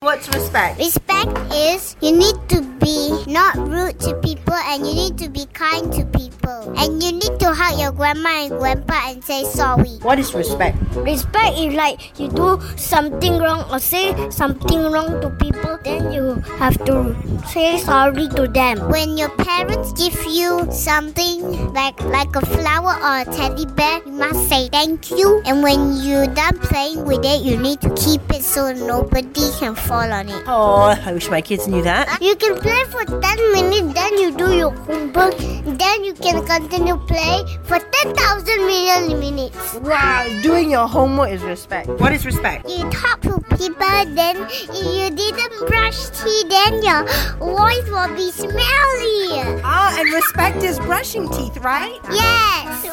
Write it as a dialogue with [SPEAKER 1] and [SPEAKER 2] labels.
[SPEAKER 1] What's respect?
[SPEAKER 2] Respect is you need to be not rude to people and you need to be kind to people. And you need to hug your grandma and grandpa and say sorry.
[SPEAKER 1] What is respect?
[SPEAKER 3] Respect is like you do something wrong or say something wrong to people, then you have to say sorry to them.
[SPEAKER 2] When your parents give you something like like a flower or a teddy bear, you must say thank you. And when you're done playing with it, you need to keep it so nobody can fall on it.
[SPEAKER 1] Oh, I wish my kids knew that.
[SPEAKER 2] You can play for 10 minutes, then you do your homework, then you can continue play for 10,000 million minutes.
[SPEAKER 4] Wow, doing your homework is respect.
[SPEAKER 1] What is respect?
[SPEAKER 2] You talk to people, then if you didn't brush teeth, then your voice will be smelly.
[SPEAKER 4] Ah, and respect is brushing teeth, right?
[SPEAKER 2] Yes!